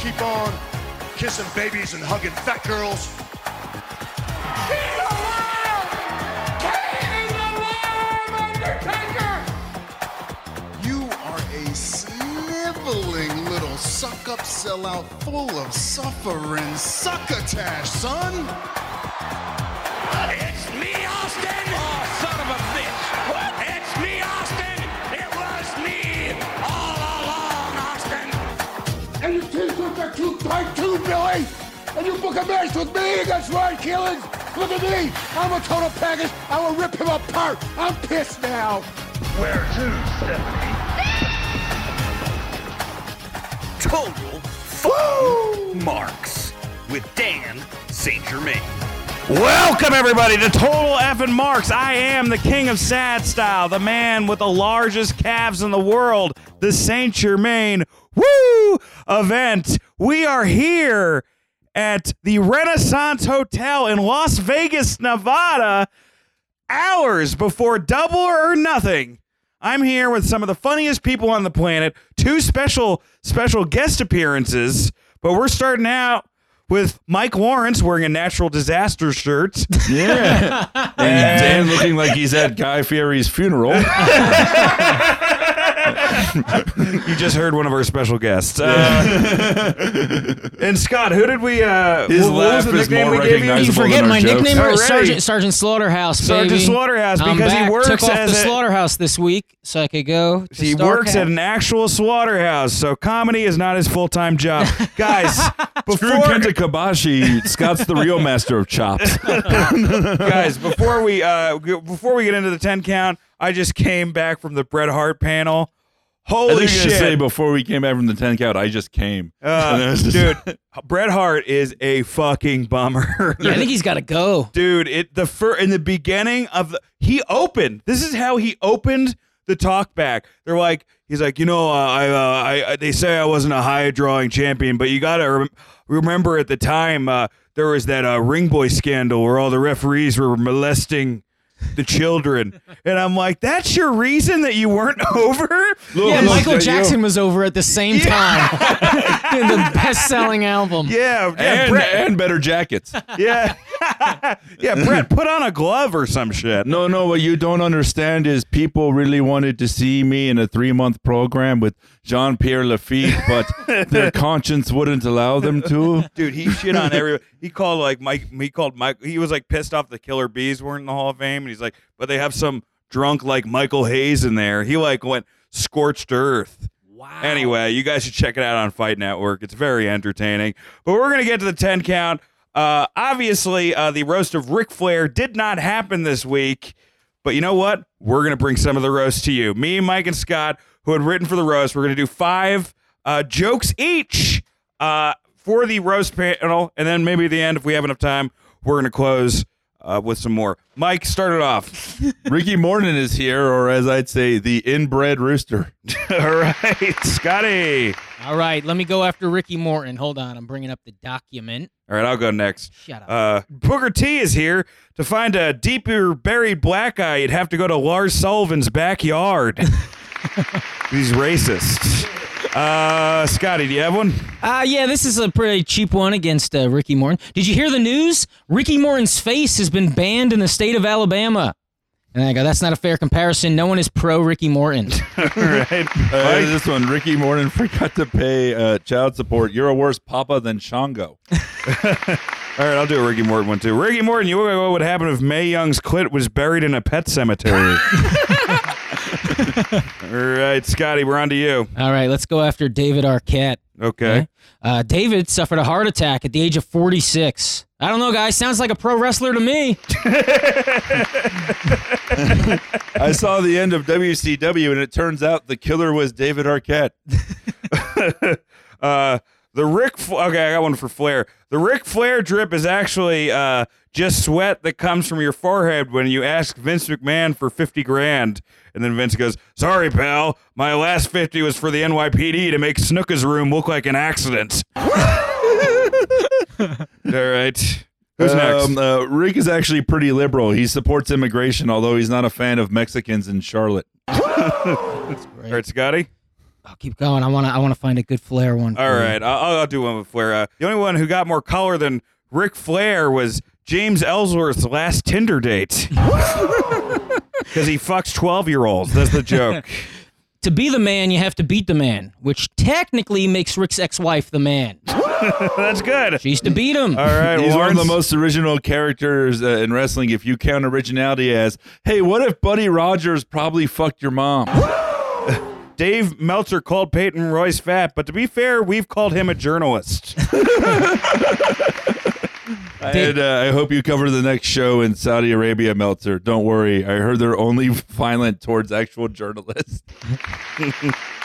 keep on kissing babies and hugging fat girls. You are a sniveling little suck up sellout full of suffering succotash, son. It's me, Austin! Oh, son of a bitch! What? It's me, Austin! It was me all along, Austin! and your t-shirts are too tight too, Billy. And you book a match with me against Ryan Keelan. Look at me. I'm a total package. I will rip him apart. I'm pissed now. Where to, Stephanie? Total Fool Marks with Dan St. Germain. Welcome everybody to Total F and Marks. I am the king of sad style, the man with the largest calves in the world, the Saint Germain woo event. We are here at the Renaissance Hotel in Las Vegas, Nevada, hours before Double or Nothing. I'm here with some of the funniest people on the planet, two special special guest appearances, but we're starting out with Mike Lawrence wearing a natural disaster shirt. Yeah. and Dan looking like he's at Guy Fieri's funeral. You just heard one of our special guests. Uh, and Scott, who did we? Uh, His what- what was laugh the is nickname more we gave you? You recognizable forget than my our jokes. nickname Alrighty. or Sergeant, Sergeant Slaughterhouse, Sergeant baby. Slaughterhouse, I'm because he back. works Took off as the a- slaughterhouse this week, so I could go. To He Star works Cat. at an actual slaughterhouse, so comedy is not his full time job. Guys, Screw before Kenta Kabashi. Scott's the real master of chops. guys, before we uh, g- before we get into the ten count, I just came back from the Bret Hart panel. I Holy think shit! to say before we came back from the 10 count, I just came. And I Uh, was just- dude, Bret Hart is a fucking bummer. Yeah, I think he's got to go. dude it the fir- in the beginning of the he opened this is how he opened the talk back they're like he's like you know uh, I, uh, I I they say i wasn't a high drawing champion but you gotta rem- remember at the time uh, there was that uh, ring boy scandal where all the referees were molesting the children and i'm like that's your reason that you weren't over Look, Yeah, look, Michael you- Jackson was over at the same time in the best-selling album. yeah yeah And, Brett, and better jackets. yeah yeah Brett put on a glove or some shit No, no, what you don't understand is people really wanted to see me in a three month program with Jean Pierre Lafitte, but their conscience wouldn't allow them to. Dude, he shit on every. He called like Mike. He called Mike. He was like pissed off the Killer Bees weren't in the Hall of Fame, and he's like, but they have some drunk like Michael Hayes in there. He like went scorched earth. Wow. Anyway, you guys should check it out on Fight Network. It's very entertaining. But we're gonna get to the ten count. Uh, obviously, uh, the roast of Ric Flair did not happen this week. But you know what? We're going to bring some of the roast to you. Me, Mike, and Scott, who had written for the roast, we're going to do five uh, jokes each uh, for the roast panel. And then maybe at the end, if we have enough time, we're going to close uh, with some more. Mike, start it off. Ricky Morton is here, or as I'd say, the inbred rooster. All right, Scotty. All right, let me go after Ricky Morton. Hold on, I'm bringing up the document. All right, I'll go next. Shut up. Uh, Booker T is here. To find a deeper buried black eye, you'd have to go to Lars Sullivan's backyard. He's racist. Uh, Scotty, do you have one? Uh, yeah, this is a pretty cheap one against uh, Ricky Morton. Did you hear the news? Ricky Morton's face has been banned in the state of Alabama. And I go, that's not a fair comparison. No one is pro Ricky Morton. Uh, this one, Ricky Morton forgot to pay uh, child support. You're a worse papa than Shango. All right, I'll do a Ricky Morton one too. Ricky Morton, you know what would happen if May Young's clit was buried in a pet cemetery? All right, Scotty, we're on to you. All right, let's go after David Arquette. Okay. Uh, David suffered a heart attack at the age of 46. I don't know, guys. Sounds like a pro wrestler to me. I saw the end of WCW, and it turns out the killer was David Arquette. Uh, the Rick, F- okay, I got one for Flair. The Rick Flair drip is actually uh, just sweat that comes from your forehead when you ask Vince McMahon for fifty grand, and then Vince goes, "Sorry, pal, my last fifty was for the NYPD to make Snooker's room look like an accident." All right, who's next? Um, uh, Rick is actually pretty liberal. He supports immigration, although he's not a fan of Mexicans in Charlotte. All right, Scotty. Oh, keep going. I want to. I want to find a good Flair one. All Mm-hmm. for you. right, I'll, I'll do one with Flair. Uh, the only one who got more color than Ric Flair was James Ellsworth's last Tinder date. Because he fucks 12 year olds. That's the joke. To be the man, you have to beat the man, which technically makes Rick's ex-wife the man. That's good. She used to beat him. All right, He's one of the Lawrence. most original characters uh, in wrestling. If you count originality as, hey, what if Buddy Rogers probably fucked your mom? Dave Meltzer called Peyton Royce fat, but to be fair, we've called him a journalist. And uh, I hope you cover the next show in Saudi Arabia, Meltzer. Don't worry. I heard they're only violent towards actual journalists.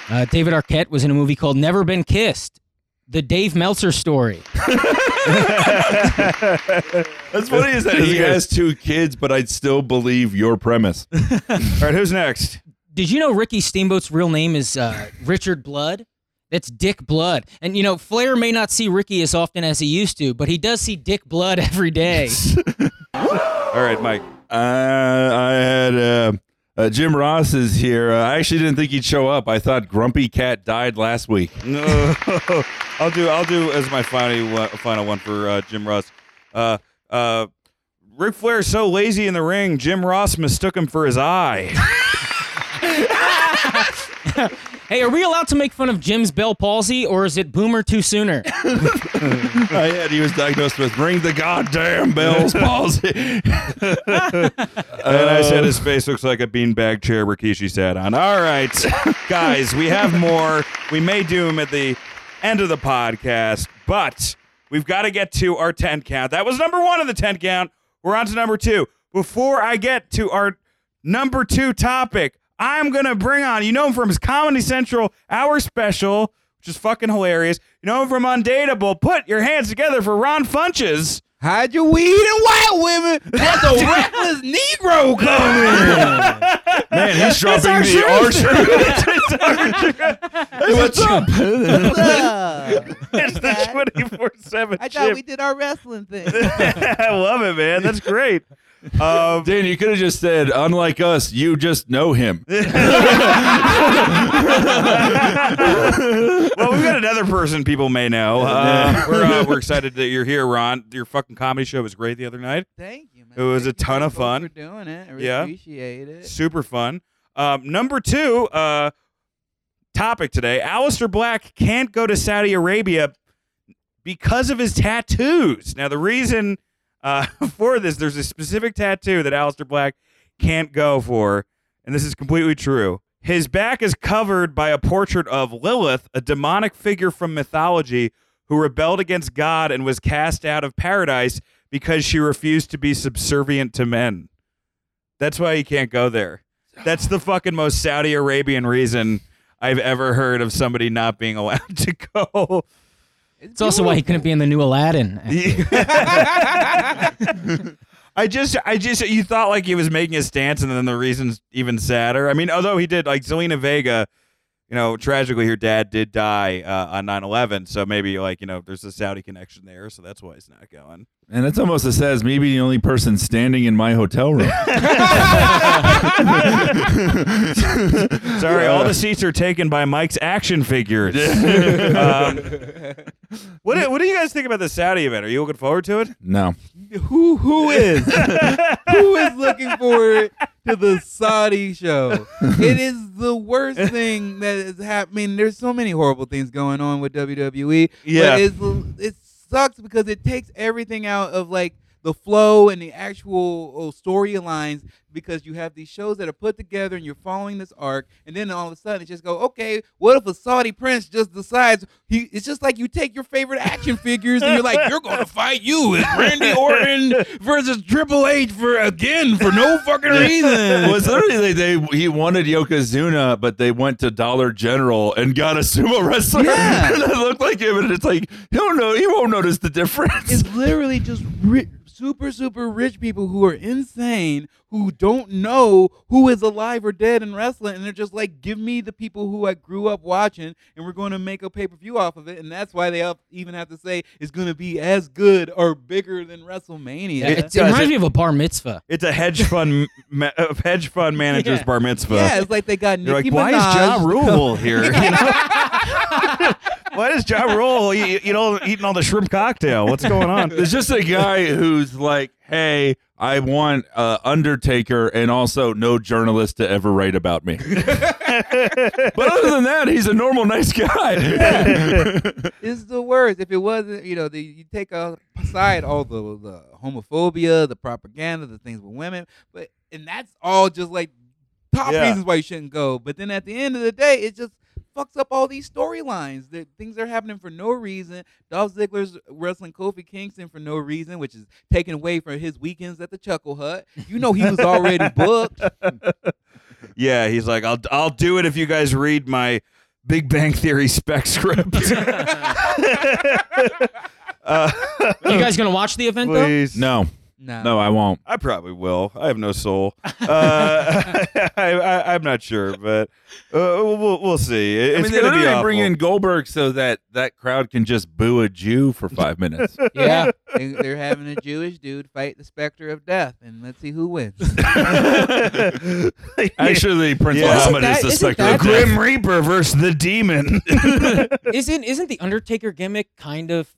Uh, David Arquette was in a movie called Never Been Kissed, the Dave Meltzer story. That's funny is that That's he good. has two kids, but I'd still believe your premise. All right, who's next? Did you know Ricky Steamboat's real name is uh, Richard Blood? That's Dick Blood. And you know, Flair may not see Ricky as often as he used to, but he does see Dick Blood every day. All right, Mike. Uh, I had uh, uh, Jim Ross is here. Uh, I actually didn't think he'd show up. I thought Grumpy Cat died last week. No, I'll do. I'll do as my final one, final one for uh, Jim Ross. Uh, uh, Ric Flair is so lazy in the ring. Jim Ross mistook him for his eye. hey, are we allowed to make fun of Jim's Bell palsy, or is it Boomer too sooner? I had Oh, he was diagnosed with ring the goddamn bells palsy. and I said his face looks like a beanbag chair Rikishi sat on. All right, guys, we have more. We may do them at the end of the podcast, but we've got to get to our 10 count. That was number one of the 10 count. We're on to number two. Before I get to our number two topic, I'm going to bring on, you know him from his Comedy Central hour special, which is fucking hilarious. You know him from Undateable. Put your hands together for Ron Funches. Hide your weed and wild women. That's a reckless Negro coming. Man, he's dropping the archer. What's up? It's the 24 7 I thought we did our wrestling thing. I love it, man. That's great. Um, Dan, you could have just said, unlike us, you just know him. well, we've got another person people may know. Uh, we're, uh, we're excited that you're here, Ron. Your fucking comedy show was great the other night. Thank you, man. It was a Thank you ton of both fun. For doing it. I really Yeah. appreciate it. Super fun. Um, number two uh, topic today Alistair Black can't go to Saudi Arabia because of his tattoos. Now, the reason uh, for this, there's a specific tattoo that Alistair Black can't go for, and this is completely true. His back is covered by a portrait of Lilith, a demonic figure from mythology who rebelled against God and was cast out of paradise because she refused to be subservient to men. That's why you can't go there. That's the fucking most Saudi Arabian reason I've ever heard of somebody not being allowed to go. It's also why he couldn't be in the new Aladdin. I just, I just, you thought like he was making a stance, and then the reason's even sadder. I mean, although he did, like Selena Vega, you know, tragically, her dad did die uh, on 9 11. So maybe, like, you know, there's a Saudi connection there. So that's why he's not going. And that's almost as sad as me being the only person standing in my hotel room. Sorry, all the seats are taken by Mike's action figures. um, what, do- what do you guys think about the Saudi event? Are you looking forward to it? no. Who who is who is looking forward to the Saudi show? It is the worst thing that is happening. There's so many horrible things going on with WWE. Yeah. but it's, it sucks because it takes everything out of like the flow and the actual oh, storylines because you have these shows that are put together and you're following this arc and then all of a sudden it just go okay what if a saudi prince just decides he it's just like you take your favorite action figures and you're like you're gonna fight you it's randy orton versus triple h for again for no fucking reason Was literally they, they he wanted Yokozuna, but they went to Dollar General and got a sumo wrestler Yeah. that looked like him, and it's like he'll know he won't notice the difference. It's literally just ri- super, super rich people who are insane who don't know who is alive or dead in wrestling, and they're just like, give me the people who I grew up watching, and we're going to make a pay per view off of it, and that's why they up, even have to say it's going to be as good or bigger than WrestleMania. It, does reminds it. me of a bar mitzvah. It's a hedge fund, ma- a hedge fund manager's Yeah. bar mitzvah. yeah, it's like they got You're Nicki like, why Minaj. is Ja Rule here? You know? why is Ja Rule you, you know eating all the shrimp cocktail? What's going on? There's just a guy who's like, "Hey, I want uh, Undertaker, and also no journalist to ever write about me." but other than that, he's a normal, nice guy. It's the worst. If it wasn't, you know, the, you take aside all the, the homophobia, the propaganda, the things with women, but and that's all just like top Yeah. reasons why you shouldn't go. But then at the end of the day, it just fucks up all these storylines. That things are happening for no reason. Dolph Ziggler's wrestling Kofi Kingston for no reason, which is taken away from his weekends at the Chuckle Hut. You know he was already booked. Yeah, he's like, I'll I'll do it if you guys read my Big Bang Theory spec script. uh, you guys gonna watch the event though? please, no, No. no, I won't. I probably will. I have no soul. Uh, I, I, I'm not sure, but uh, we'll we'll see. It- I It's mean, they gonna be literally bring awful. in Goldberg so that that crowd can just boo a Jew for five minutes. Yeah, they, they're having a Jewish dude fight the specter of death, and let's see who wins. Actually, Prince Yeah. Muhammad Isn't is the that- isn't specter that of the death. Grim Reaper versus the Demon. Isn't isn't the Undertaker gimmick kind of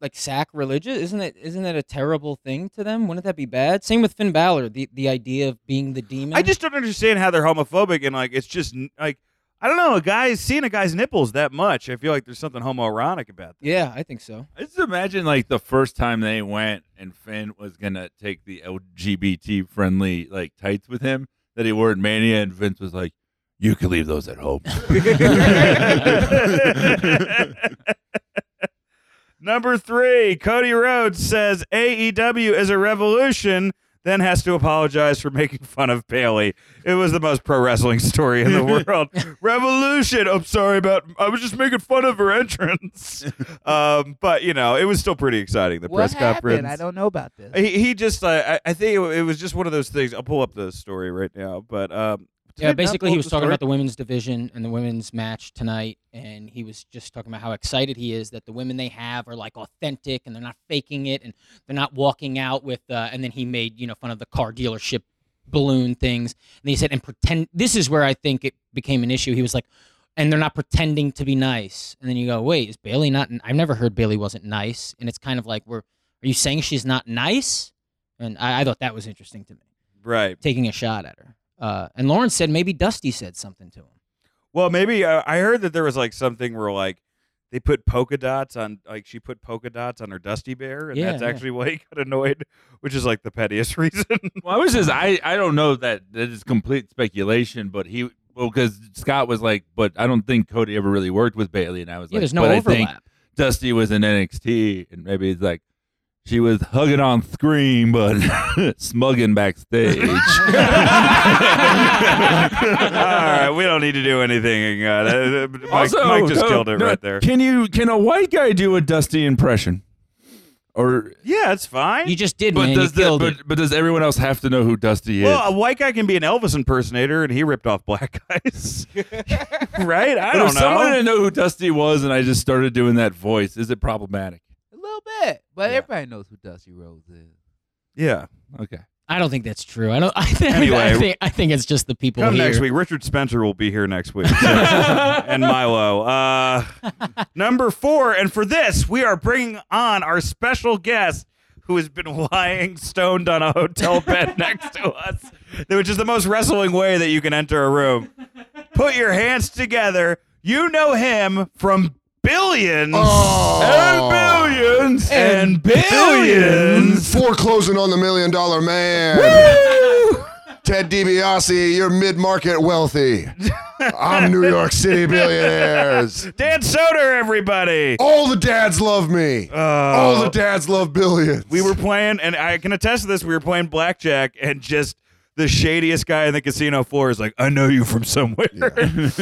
like sacrilegious? Isn't it isn't that a terrible thing to them? Wouldn't that be bad? Same with Finn Balor, the, the idea of being the demon. I just don't understand how they're homophobic and like it's just n- like I don't know. A guy's seeing a guy's nipples that much. I feel like there's something homoerotic about that. Yeah, I think so. I just imagine like the first time they went and Finn was gonna take the LGBT friendly like tights with him that he wore at Mania and Vince was like, You can leave those at home. Number three, Cody Rhodes says AEW is a revolution, then has to apologize for making fun of Bailey. It was the most pro wrestling story in the world. revolution. I'm sorry about. I was just making fun of her entrance. um, but you know, it was still pretty exciting. The what press happened? conference. I don't know about this. He, he just, uh, I, I think it, wa- it was just one of those things. I'll pull up the story right now, but um, did I Yeah, not basically pull he up was the talking story? about the women's division and the women's match tonight, and he was just talking about how excited he is that the women they have are like authentic and they're not faking it and they're not walking out with. Uh, and then he made you know fun of the car dealership balloon things, and he said and pretend. This is where I think it became an issue. He was like, and they're not pretending to be nice. And then you go, wait, is Bailey not? I've never heard Bailey wasn't nice, and it's kind of like, we're are you saying she's not nice? And I, I thought that was interesting to me right. taking a shot at her. Uh, and Lauren said maybe Dusty said something to him. Well, maybe uh, I heard that there was like something where like they put polka dots on, like she put polka dots on her Dusty Bear, and Yeah, that's yeah. actually why he got annoyed, which is like the pettiest reason. well, I was just I, I don't know that that is complete speculation, but he well, because Scott was like, but I don't think Cody ever really worked with Bailey, and I was Yeah, like, there's no but I think overlap. Dusty was in NXT, and maybe it's like she was hugging on screen, but smugging backstage. All right, we don't need to do anything. Uh, Mike, Also, Mike just no, killed it no, right there. Can you can a white guy do a Dusty impression? Or Yeah, it's fine. You just did, but man. You does the, killed but, it. but does everyone else have to know who Dusty is? well, a white guy can be an Elvis impersonator, and he ripped off black guys, right? I but don't if know. someone didn't know who Dusty was, and I just started doing that voice, is it problematic? A little bit, but everybody knows who Dusty Rhodes is. yeah. Okay. I don't think that's true. I don't. I think, Anyway. I think I think it's just the people Come here. next week. Richard Spencer will be here next week. so- and Milo. Uh, number four. And for this, we are bringing on our special guest who has been lying stoned on a hotel bed next to us, which is the most wrestling way that you can enter a room. Put your hands together. You know him from billions And billions Oh. and billions. Foreclosing on the million dollar man. Ted DiBiase, you're mid market wealthy. I'm New York City billionaires. Dan Soder, everybody. All the dads love me. Oh. All the dads love billions. We were playing, and I can attest to this. We were playing blackjack, and just the shadiest guy in the casino floor is like, "I know you from somewhere," and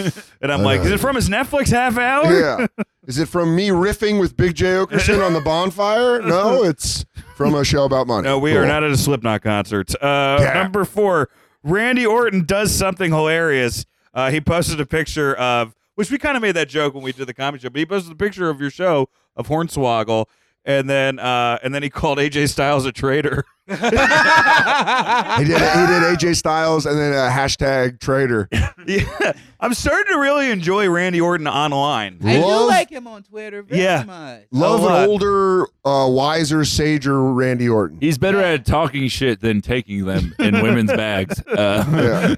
I'm like, know "Is you." it from his Netflix half hour?" Yeah. Is it from me riffing with Big J Okerson on the bonfire? No, it's Promo show about money. No, we Cool. are not at a Slipknot concert. Uh, Yeah. Number four, Randy Orton does something hilarious. Uh, he posted a picture of, which we kind of made that joke when we did the comedy show, but he posted a picture of your show of Hornswoggle, and then uh, and then he called AJ Styles a traitor. He did. He did AJ Styles and then a hashtag trader. yeah, I'm starting to really enjoy Randy Orton online. I do Love- like him on Twitter very Yeah. much. Love lot. an older, uh, wiser, sager Randy Orton. He's better at talking shit than taking them in women's bags. Uh,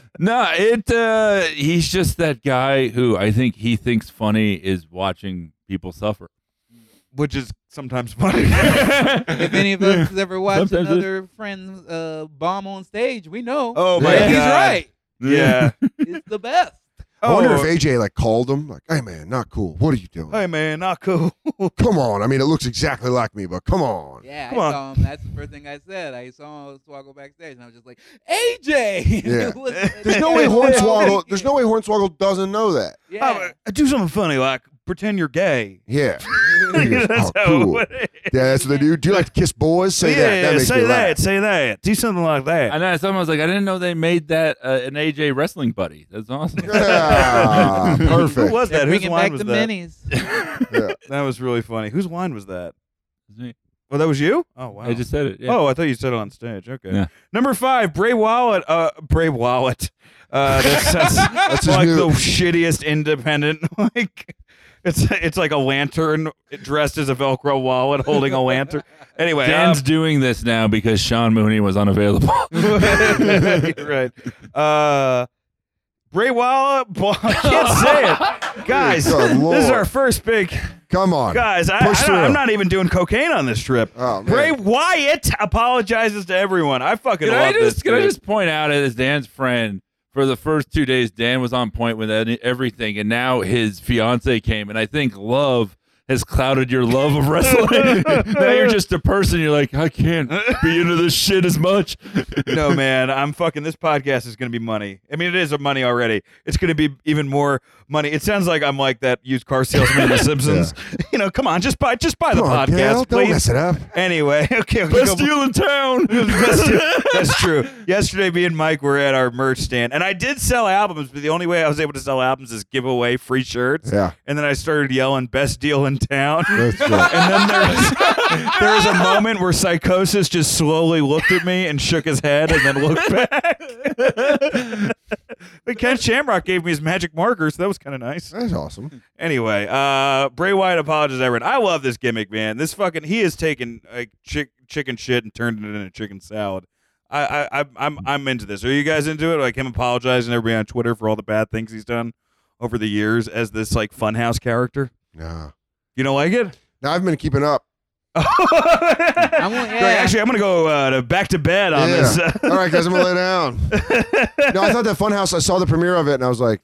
no, it. Uh, he's just that guy who I think he thinks funny is watching people suffer. Which is sometimes funny. If any of us has ever watched Sometimes it- another friend's uh, bomb on stage, we know. oh my that god, he's right. Yeah. It's the best. I wonder Oh. if AJ like called him, like, "Hey man, not cool. What are you doing? Hey man, not cool. Come on. I mean, it looks exactly like me, but come on. Yeah, Come I on. saw him. That's the first thing I said. I saw Hornswoggle backstage, and I was just like, AJ. Yeah. It was- There's no way Hornswoggle. There's no way Hornswoggle doesn't know that. Yeah. Oh, uh, do something funny, like pretend you're gay. Yeah. He goes, That's "Oh, how it cool. would- Yeah, that's what they do. Do you like to kiss boys? Say yeah, that. That makes say me that, laugh. say that. Do something like that. And I, someone was like, I didn't know they made that uh, an AJ wrestling buddy. That's awesome. Yeah, Who Ah, perfect. was They're that? Whose bringing wine back was the that? minis. That was really funny. Whose wine was that? Well, that was you. Oh wow. I just said it. yeah. Oh, I thought you said it on stage. Okay. Yeah. Number five, Bray Wallet. Uh, Bray Wallet. Uh, that's, that's, That's his like new- the shittiest independent. Like, it's it's like a lantern dressed as a Velcro wallet holding a lantern. Anyway, um, Dan's doing this now because Sean Mooney was unavailable. right. Uh, Bray Walla, Bo- I can't say it, guys. Good this is Lord. our first big Come on, guys. I, I Push don't- through. I'm not even doing cocaine on this trip. Oh, man. Bray Wyatt apologizes to everyone. I fucking can love I just this. can I dude. just point out as Dan's friend for the first two days Dan was on point with any- everything, and now his fiance came, and I think love has clouded your love of wrestling. now you're just a person. You're like, I can't be into this shit as much. no man, I'm fucking. This podcast is gonna be money. I mean, it is a money already. It's gonna be even more money. It sounds like I'm like that used car salesman in The Simpsons. You know, come on, just buy, just buy Come the on, podcast, Dale, don't mess please. it up. Anyway, okay, we Best go- deal in town. That's true. Yesterday, me and Mike were at our merch stand, and I did sell albums, but the only way I was able to sell albums is give away free shirts. Yeah. And then I started yelling, "Best deal in town." That's good. And then there was, there was a moment where Psychosis just slowly looked at me and shook his head and then looked back. but Ken Shamrock gave me his magic marker, so that was kind of nice. That's awesome. Anyway, uh, Bray Wyatt apologizes to everyone. I love this gimmick, man. This fucking he has taken like chick, chicken shit and turned it into chicken salad. I, I I'm- I'm I'm into this. Are you guys into it? Like him apologizing to everybody on Twitter for all the bad things he's done over the years as this like funhouse character. Nah. You don't like it? Now I've been keeping up. I'm gonna- Great. yeah. Actually, I'm gonna go uh, to back to bed on Yeah. Oh. this. All right, guys, I'm gonna lay down. no, I thought that Funhouse. I saw the premiere of it, and I was like,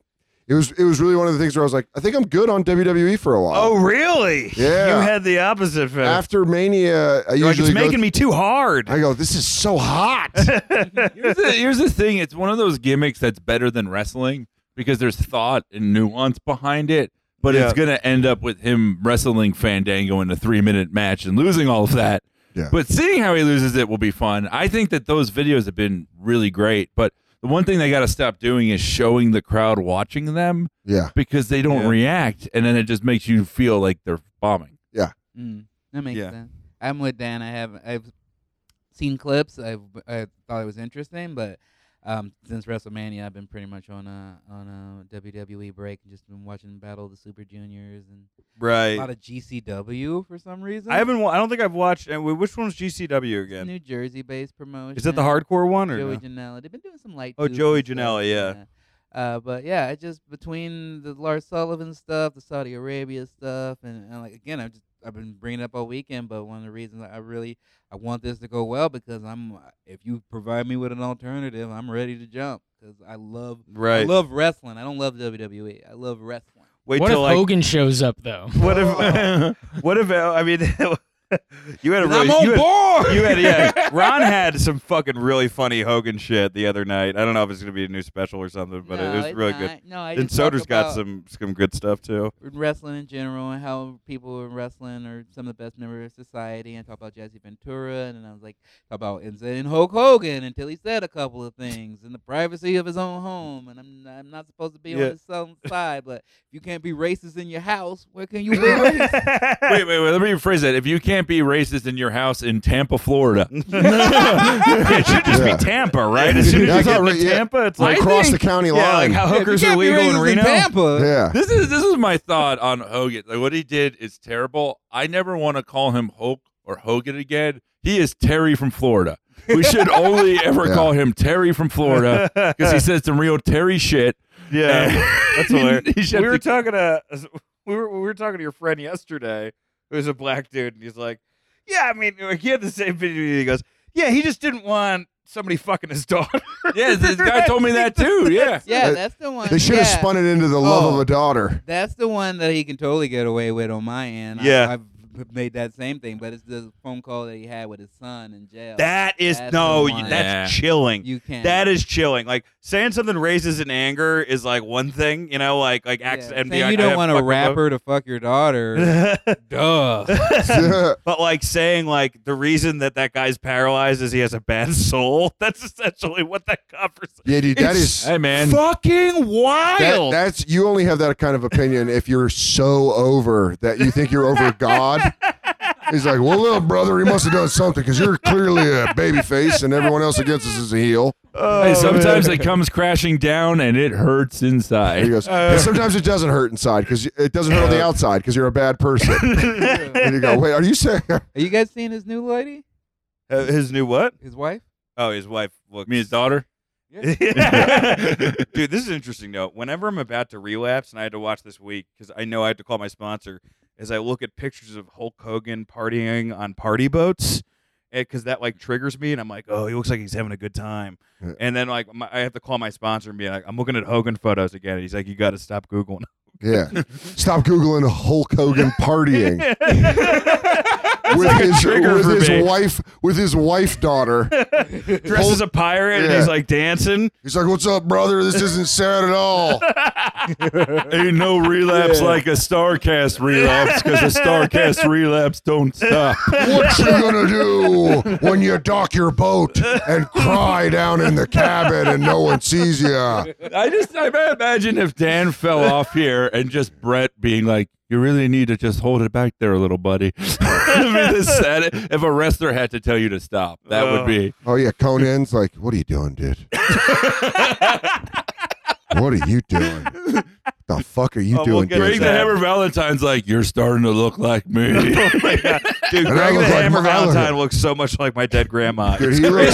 it was it was really one of the things where I was like, I think I'm good on WWE for a while. oh, really? Yeah. You had the opposite. Effect. after Mania, I You're like, usually it's go- making me too hard. I go, this is so hot. here's, the, here's the thing it's one of those gimmicks that's better than wrestling because there's thought and nuance behind it but Yeah. it's going to end up with him wrestling fandango in a three minute match and losing all of that Yeah. but seeing how he loses it will be fun i think that those videos have been really great but the one thing they got to stop doing is showing the crowd watching them yeah, because they don't Yeah. react and then it just makes you feel like they're bombing Mm, that makes Yeah. sense. I'm with Dan. I have I've seen clips. I've I thought it was interesting, but um, since WrestleMania, I've been pretty much on a on a WWE break and just been watching Battle of the Super Juniors and a right. lot of GCW for some reason. I haven't. wa- I don't think I've watched. And wh- which one's GCW It's a again? New Jersey based promotion. Is that the hardcore one or Joey no? Janela. They've been doing some light. Oh, goofy Joey stuff, Janela, yeah. Uh, but yeah, I just between the Lars Sullivan stuff, the Saudi Arabia stuff, and, and like again, I've just I've been bringing it up all weekend. But one of the reasons I really I want this to go well because I'm if you provide me with an alternative, I'm ready to jump because I love I Right. love wrestling. I don't love WWE. I love wrestling. Wait what if till like Hogan shows up though? what if what if uh, I mean You had a really, I'm on you had, board. You had yeah. Ron had some fucking really funny Hogan shit the other night. I don't know if it's gonna be a new special or something, but it was really good. No, I And just talk Soder's got about some some good stuff too. wrestling in general and how people in wrestling are some of the best members of society and talk about Jesse Ventura and then I was like talk about Enzo and Hulk Hogan until he said a couple of things in the privacy of his own home and I'm I'm not supposed to be Yeah. on his son's side but if you can't be racist in your house where can you be racist? wait, wait, wait. Let me rephrase that. If you can't be racist in your house in Tampa, Florida, it should just Yeah. be Tampa, right? As soon as Yeah, I you thought get right, to yeah. Tampa, it's like Across the county yeah, like line. how Yeah, if you hookers can't are be legal in racist Reno. Tampa. yeah. this is this is my thought on Hogan. Like what he did is terrible. I never want to call him Hulk or Hogan again. He is Terry from Florida. We should only ever Yeah. call him Terry from Florida because he says some real Terry shit. Yeah, that's hilarious. He should we have were to- talking to we were we were talking to your friend yesterday, who's a black dude, and he's like, "Yeah, I mean, like, he had the same video." He goes, "Yeah, he just didn't want somebody fucking his daughter." Yeah, this guy told me that too. Yeah. Yeah, They- that's the one. They should have yeah. spun it into the love of Oh. a daughter. That's the one that he can totally get away with on my end. I- Yeah. I've made that same thing, but it's the phone call that he had with his son in jail. That is That's no, the one. Oh, that's Yeah. chilling. you can't. That is chilling. Like saying something raises in anger is like one thing, you know, like like Yeah. acts and Saying be you like, I don't want a fucking love- rapper to fuck your daughter. Duh. But like saying like the reason that that guy's paralyzed is he has a bad soul. That's essentially what that conversation. Yeah, dude, that is Hey man. fucking that, wild. that's you only have that kind of opinion if you're so over that you think you're over God. He's like, well, little brother, he must have done something because you're clearly a baby face and everyone else against us is a heel. Hey, Oh, sometimes it comes crashing down and it hurts And he inside. goes, Uh. and sometimes it doesn't hurt inside because it doesn't hurt on the outside because you're a bad person. and you go, wait, are you saying? Are you guys seeing his new lady? Uh, his new what? His wife? Oh, his wife looks. Me, his daughter. Dude, this is interesting though. Whenever I'm about to relapse, and I had to watch this week because I know I had to call my sponsor, as I look at pictures of Hulk Hogan partying on party boats, because that like triggers me, and I'm like, oh, he looks like he's having a good time. Yeah. And then like my, I have to call my sponsor and be like, I'm looking at Hogan photos again. And he's like, you got to stop googling. Yeah. Stop Googling Hulk Hogan partying. with his, trigger with for his me. wife with his wife daughter. Dressed as a pirate, and Yeah. he's like dancing. He's like, What's up, brother? This isn't sad at all. Ain't no relapse like a Starcast relapse because a Starcast relapse don't stop. What you gonna do when you dock your boat and cry down in the cabin and no one sees you? I just I bet- imagine if Dan fell off here and just Brett being like, "You really need to just hold it back there, little buddy." I mean, this sad- if a wrestler had to tell you to stop, that would be Oh yeah, Conan's like, What are you doing, dude? what are you doing? The fuck are you Oh, we'll doing, get dude? Greg the sad. Hammer Valentine's like, "You're starting to look like me." Oh, Dude, And I Greg the look like Hammer my- I look- Valentine looks so much like my dead grandma. Dude, It's he looks-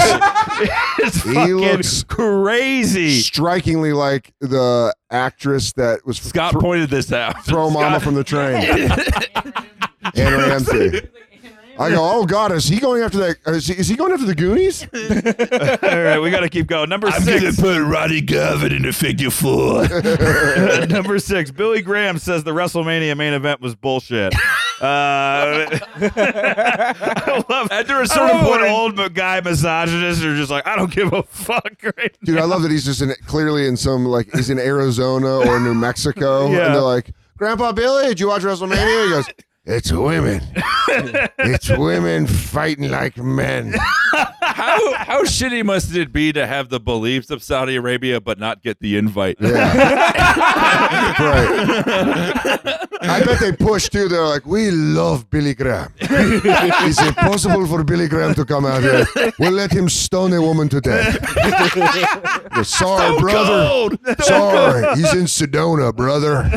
it's he fucking looks- crazy. Strikingly like the actress that was Scott pointed this out. throw mama from the train. Ann Ramsey. I go, oh God, is he going after that? Is he, is he going after the Goonies? All right, we got to keep going. Number gonna six. put Roddy Garvin in the figure four. number six. Billy Graham says the WrestleMania main event was bullshit. Uh, I love After a I certain love when point, old ma- guy misogynists are just like, I don't give a fuck. Right Dude, I love that he's just in clearly in some like he's in Arizona or New Mexico, Yeah. and they're like, Grandpa Billy, did you watch WrestleMania? He goes, It's women, it's women fighting like men. how how shitty must it be to have the beliefs of Saudi Arabia but not get the invite? Yeah, right. I bet they push too. They're like, we love Billy Graham. it's impossible for Billy Graham to come out here. We'll let him stone a woman to death. We're sorry, brother. Sorry, he's in Sedona, brother.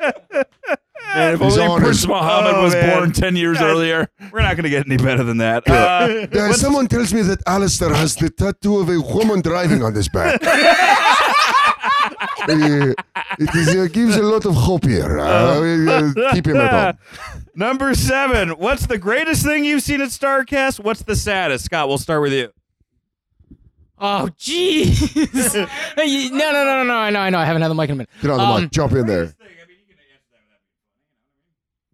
Man, if He's only on Prince his- Muhammad Oh, was man. born ten years earlier. We're not going to get any better than that. Uh, Uh, someone tells me that Alistair has the tattoo of a woman driving on his back. Uh, it is, uh, gives a lot of hope here. Oh. Uh, we, uh, keep him at home. number seven. What's the greatest thing you've seen at Starcast? What's the saddest? Scott, we'll start with you. Oh, jeez. Hey, you- no, no, Um, no, no, no. I know, I know. I have another mic in a minute. Get on the Um, mic. Jump in there.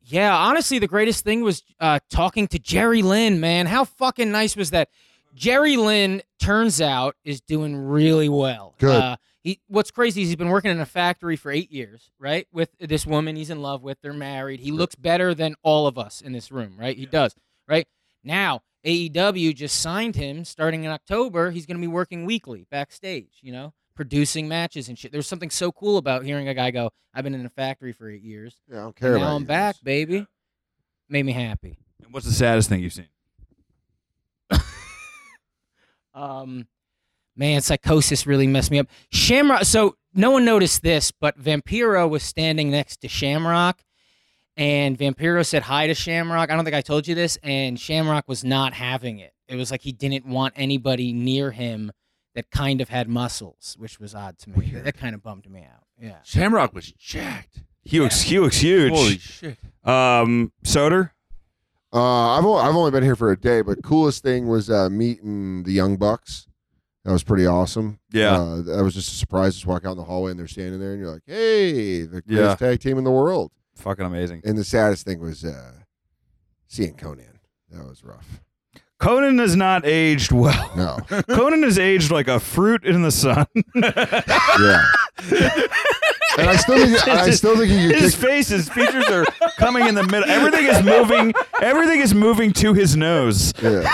Yeah, honestly, the greatest thing was uh, talking to Jerry Lynn, man. How fucking nice was that? Jerry Lynn turns out is doing really well. Good. Uh, he, what's crazy is he's been working in a factory for eight years, right? With this woman he's in love with. They're married. He looks better than all of us in this room, right? He does, right? Now, AEW just signed him starting in October. He's going to be working weekly backstage, you know, producing matches and shit. There's something so cool about hearing a guy go, I've been in a factory for eight years. Yeah, I don't And care about now I'm you. back, baby. Made me happy. And what's the saddest thing you've seen? Um, man, psychosis really messed me up. Shamrock. So no one noticed this, but Vampiro was standing next to Shamrock, and Vampiro said hi to Shamrock. I don't think I told you this, and Shamrock was not having it. It was like he didn't want anybody near him that kind of had muscles, which was odd to me. That kind of bummed me out. Yeah. Shamrock was jacked. Huge, huge, huge. Holy shit. Um, Soder. Uh, I've only, I've only been here for a day, but coolest thing was uh, meeting the Young Bucks. That was pretty awesome. Yeah. uh, that was just a surprise. Just walk out in the hallway and they're standing there, and you're like, "Hey, the Yeah. greatest tag team in the world." Fucking amazing. And the saddest thing was uh, seeing Conan. That was rough. Conan has not aged well. No, Conan has aged like a fruit in the sun. yeah. and I still think I still think he could His kick. face, his features are coming in the middle. Everything is moving. Everything is moving to his nose. yeah.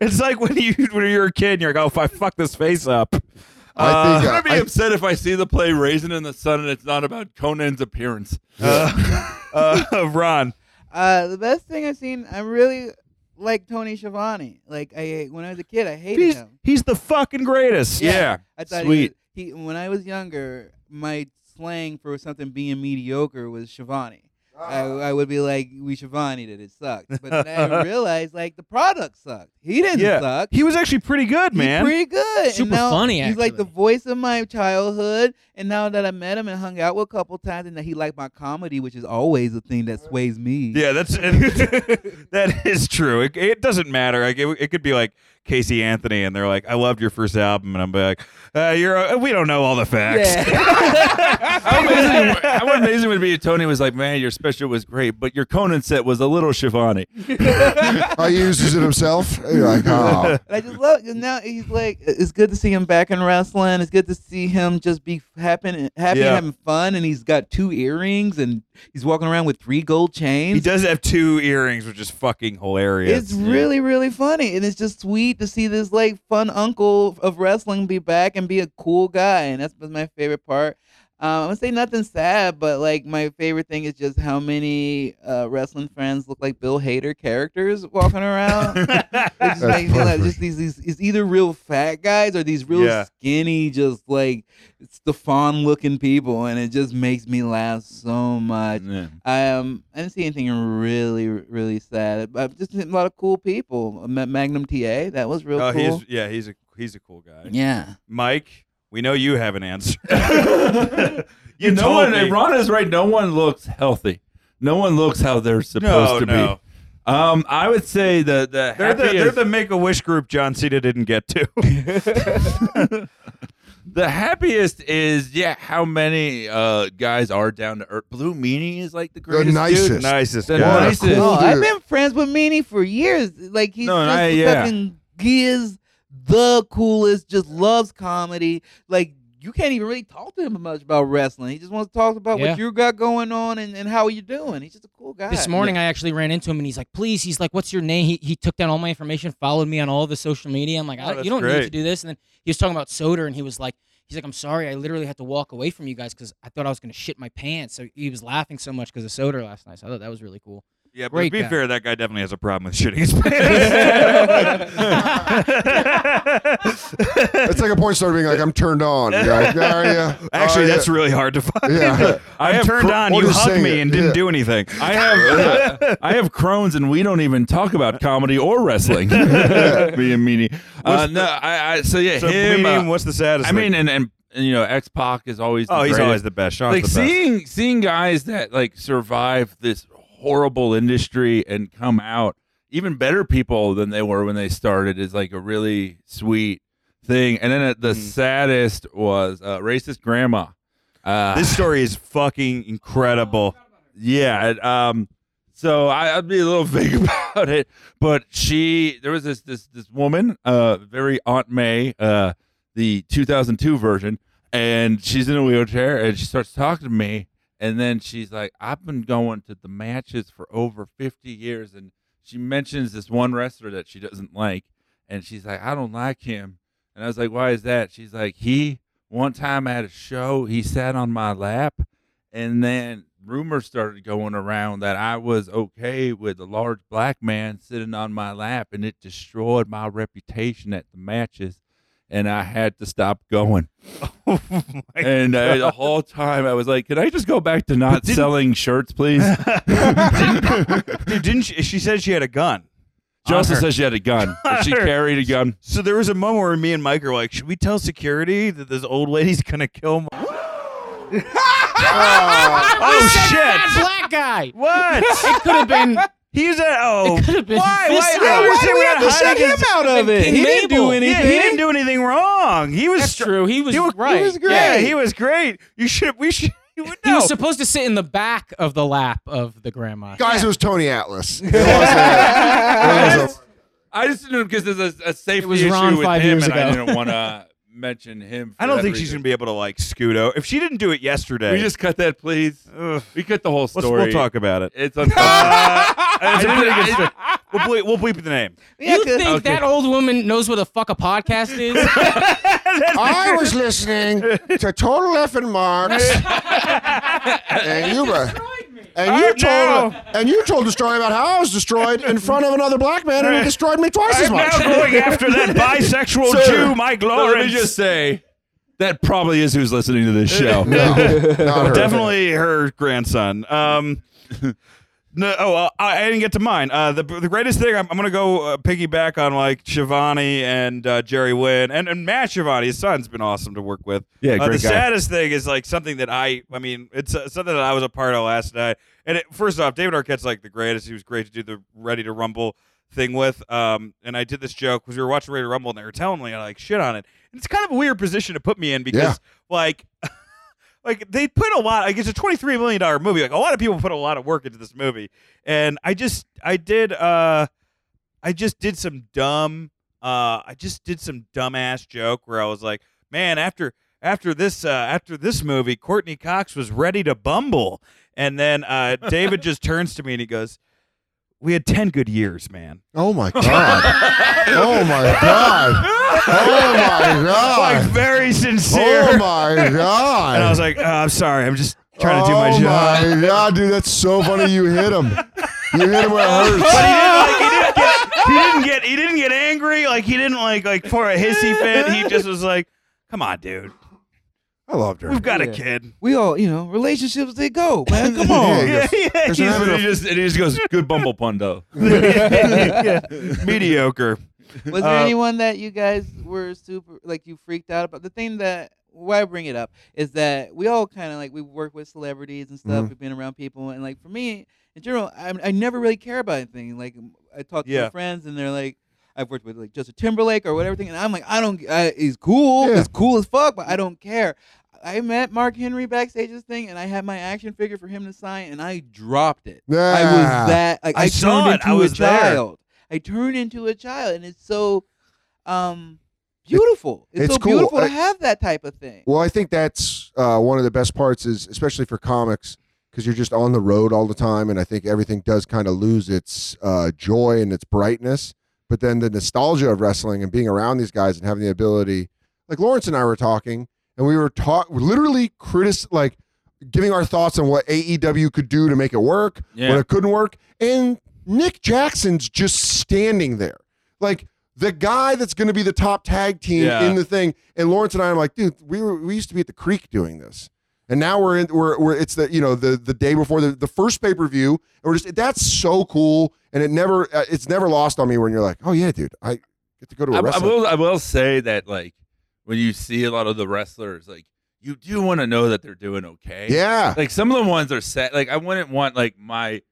It's like when you when you're a kid, and you're like, oh, if I fuck this face up. I think I'm uh, gonna be I- upset if I see the play "Raisin in the Sun" and it's not about Conan's appearance. Uh, Ron. Uh, the best thing I've seen, I really like Tony Schiavone. Like I, when I was a kid, I hated He's, him. he's the fucking greatest. I thought Sweet. He, was, he when I was younger, my slang for something being mediocre was Shivani. I, I would be like, "We Shivanied it. It sucked." But then I realized, like, the product sucked. He didn't Yeah. suck. He was actually pretty good, He's man. pretty good. And Super now funny, He's like the actually. voice of my childhood. And now that I met him and hung out with a couple times, and that he liked my comedy, which is always the thing that sways me. yeah, that's that is true. It, it doesn't matter. Like, it, it could be like Casey Anthony, and they're like, "I loved your first album," and I'm like, uh, "You're uh, we don't know all the facts." Yeah. How amazing, how amazing would it be if Tony was like, "Man, your special was great, but your Conan set was a little Shivani." I uses it himself. You're like, oh, And I just love because now he's like, it's good to see him back in wrestling. It's good to see him just be happy, happy Yeah. and having fun. And he's got two earrings and he's walking around with three gold chains. He does have two earrings, which is fucking hilarious. It's really, really funny, and it's just sweet to see this like fun uncle of wrestling be back and be a cool guy, and that's been my favorite part. Um, I'm gonna say nothing sad, but like my favorite thing is just how many uh, wrestling fans look like Bill Hader characters walking around. it just makes me like just these, these it's either real fat guys or these real Yeah. skinny, just like Stefan looking people, and it just makes me laugh so much. I um I didn't see anything really really sad. But just a lot of cool people. I met Magnum TA. That was real Oh, cool. he's yeah, he's a he's a cool guy. yeah. Mike, we know you have an answer. you no told one. me. and Ron is right. No one looks healthy. No one looks how they're supposed No, to no. be. Um, I would say the the They're the, they're happiest- the Make a Wish group John Cena didn't get to. The happiest is yeah. How many uh guys are down to earth? Blue Meanie is like the the greatest. dude. nicest. Nicest The guy. nicest. cool No, Oh, I've dude. been friends with Meanie for years. Like he's No, and just I- yeah. fucking he is the coolest. Just loves comedy. Like you can't even really talk to him much about wrestling. He just wants to talk about Yeah. what you got going on and, and how you're doing. He's just a cool guy. This morning, I actually ran into him, and he's like, "Please," he's like, "What's your name?" He, he took down all my information, followed me on all the social media. I'm like, Oh, I, that's "You don't need to great. do this." And then he was talking about Soder, and he was like, "He's like, I'm sorry, I literally had to walk away from you guys because I thought I was gonna shit my pants." So he was laughing so much because of Soder last night. So I thought that was really cool. Yeah, but Great to be guy. fair, that guy definitely has a problem with shitting his pants. it's like a porn star being like, I'm turned on. You're like, are you? Actually, that's really hard to find. Yeah. I have am turned cr- on. or You just hugged saying me it. and didn't Yeah. do anything. I have uh, I have Crohn's, and we don't even talk about comedy or wrestling. Being meanie. Uh, no, I, I. So yeah, so, him. Bleeding, uh, what's the saddest? I mean, thing? and, and and you know, X Pac is always. The oh, he's greatest. always the best. Sean's like the best. seeing seeing guys that like survive this horrible industry and come out even better people than they were when they started is like a really sweet thing. And then uh, the saddest was uh, racist grandma. Uh, This story is fucking incredible. yeah. it, um, so I, I'd be a little vague about it, but she there was this this this woman, uh, very Aunt May, uh, the 2002 version, and she's in a wheelchair and she starts talking to me, and then she's like, "I've been going to the matches for over 50 years," and she mentions this one wrestler that she doesn't like, and she's like, "I don't like him," and I was like, "Why is that?" She's like, "He one time at a show, he sat on my lap." and then rumors started going around that I was okay with a large black man sitting on my lap, and it destroyed my reputation at the matches, and I had to stop going. Oh my and uh, the whole time I was like, "Can I just go back to not didn't- selling shirts, please?" Dude, didn't she, she said she had a gun? She on also her. said she had a gun. but she On her. carried a gun. So there was a moment where me and Mike are like, should we tell security that this old lady's gonna kill my Oh shit! Black guy. What? It could have been. He's at oh. Could have been. Why? this Why? guy. I Why understand do we we're have to not shut hiding him his- out of it? King He didn't Mabel. do anything. Yeah, he didn't do anything wrong. He was That's str- true. He was He was- he right. was great. Yeah, he was great. You should. We should. You would He know. was supposed to sit in the back of the lap of the grandma. Guys, it was Tony Atlas. It was, uh, it was a- I just didn't because there's a, a safety was issue Ron with five him, years and I ago. didn't want to mention him. For I don't that think she's reason. gonna be able to like Scudo. If she didn't do it yesterday, We just cut that, please. Ugh. We cut the whole Let's- story. we'll talk about it. It's unfortunate. It's a didn't- pretty good I- story. We'll bleep, we'll bleep the name. you think that old woman knows what the fuck a podcast is? I was listening to Total F and Marks, and you were. And you I'm told now- and you told a story about how I was destroyed in front of another black man, and it destroyed me twice as I'm now much. going after that bisexual So- Jew, Mike So let me Lawrence. just say that probably is who's listening to this show. No, not her. Definitely her grandson. Um, no, oh, uh, I, I didn't get to mine. Uh, the the greatest thing I'm, I'm gonna go uh, piggyback on like Shivani and uh, Jerry Wynn and and Matt Shivani, his son's been awesome to work with. Yeah, Uh, great the guy. saddest thing is like something that I, I mean, it's uh, something that I was a part of last night. And it, first off, David Arquette's like the greatest. He was great to do the Ready to Rumble thing with. Um, and I did this joke because we were watching Ready to Rumble and they were telling me like shit on it. And it's kind of a weird position to put me in because Yeah. like like they put a lot like it's a 23 million dollar movie like a lot of people put a lot of work into this movie and i just i did uh i just did some dumb uh i just did some dumbass joke where i was like man after after this uh after this movie courtney cox was ready to bumble and then uh david just turns to me and he goes we had 10 good years man Oh my god! Oh my god! Oh my like god! very sincere Oh my and i was god! like "Uh, i'm sorry i'm just trying to do my oh job my god, dude, that's so funny. You hit him. You hit him where it But hurts. he didn't like he didn't get he didn't get he didn't get angry like he didn't like like for a hissy fit. He just was like, "Come on, dude, I loved her. we've got a Yeah. kid." We all, you know, relationships they go, man. Come on. Yeah. yeah, There's an And he evidence- just, and he just goes, good bumble pun, though. he's mediocre. Was there Uh, anyone that you guys were super like you freaked out about? The thing that why I bring it up is that we all kind of like we work with celebrities and stuff. We've been around people, and like for me in general, I, I never really care about anything. Like I talk to Yeah. my friends, and they're like. I've worked with like Justin Timberlake or whatever thing, and I'm like, I don't. I, he's cool. Yeah. He's cool as fuck, but I don't care. I met Mark Henry backstage this thing, and I had my action figure for him to sign, and I dropped it. I Yeah. was that like I I, saw turned it. into I was a there. child. I turned into a child, and it's so um beautiful. It's, it's so cool. beautiful to I- have that type of thing. Well, I think that's uh, one of the best parts is, especially for comics, because you're just on the road all the time, and I think everything does kind of lose its uh, joy and its brightness. But then the nostalgia of wrestling and being around these guys and having the ability, like Lawrence and I were talking, and we were talk literally critic like giving our thoughts on what AEW could do to make it work, Yeah. when it couldn't work, and Nick Jackson's just standing there, like the guy that's going to be the top tag team Yeah. in the thing. And Lawrence and I, I'm like, dude, we were we used to be at the creek doing this, and now we're in we're, we're it's the you know the the day before the, the first pay per view, and we're just that's so cool, and it never uh, it's never lost on me when you're like, oh yeah, dude, I get to go to a I, I wrestling. will, I will say that, like, when you see a lot of the wrestlers, like, you do want to know that they're doing okay. yeah, Like, some of the ones are set. Like, I wouldn't want, like, my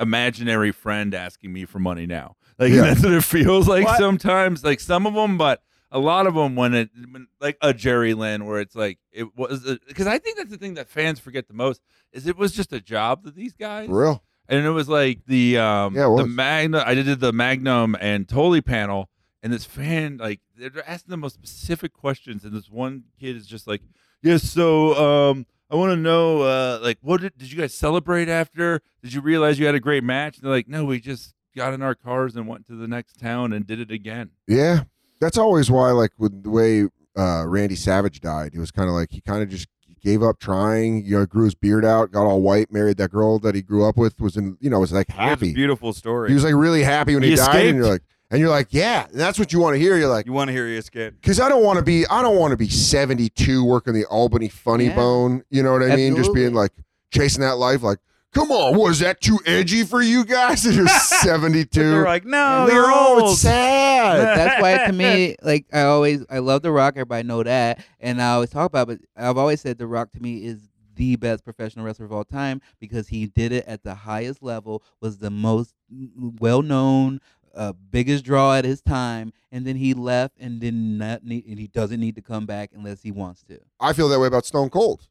imaginary friend asking me for money now. Like, Yeah. that's what it feels like What? sometimes. Like, some of them, but a lot of them when it when, like a Jerry Lynn where it's like it was because I think that's the thing that fans forget the most is it was just a job that these guys For real. and it was like the um Yeah, it the was. Magnum. I did the Magnum and Tolly panel, and this fan like they're asking the most specific questions, and this one kid is just like, "Yes, so um, I want to know uh, like what did, did you guys celebrate after? Did you realize you had a great match?" And they're like, "No, we just got in our cars and went to the next town and did it again." Yeah, that's always why. Like with the way uh, Randy Savage died, it was kind of like he kind of just gave up trying. You know, grew his beard out, got all white, married that girl that he grew up with. Was in, you know, was like It's a happy. beautiful story. He was like really happy when he, He died, and escaped. you're like, and you're like, yeah, and that's what you want to hear. You're like, you want to hear he escaped? because I don't want to be, I don't want to be 72 working the Albany Funny Yeah. Bone. You know what I mean? Just Absolutely. being like chasing that life, like. Come on, was that too edgy for you guys? And you're 72. They're like, no, No, you're old. It's sad. That's why to me, like I always, I love The Rock. Everybody know that, and I always talk about. But I've always said The Rock to me is the best professional wrestler of all time because he did it at the highest level, was the most well known, uh, biggest draw at his time, and then he left and then not need, and he doesn't need to come back unless he wants to. I feel that way about Stone Cold.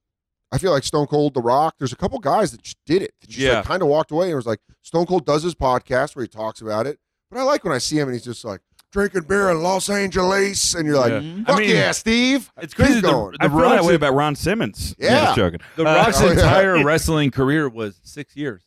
I feel like Stone Cold, The Rock. There's a couple guys that just did it. That just Yeah. like, kind of walked away and was like, Stone Cold does his podcast where he talks about it. But I like when I see him and he's just like drinking beer in Los Angeles, and you're like, Mhm. fuck I mean- yeah, Steve. It's Keep crazy. The, going. the I feel that Rock's, way about Ron Simmons. Yeah. just joking. the Uh, Rock's oh, yeah. entire wrestling career was six years,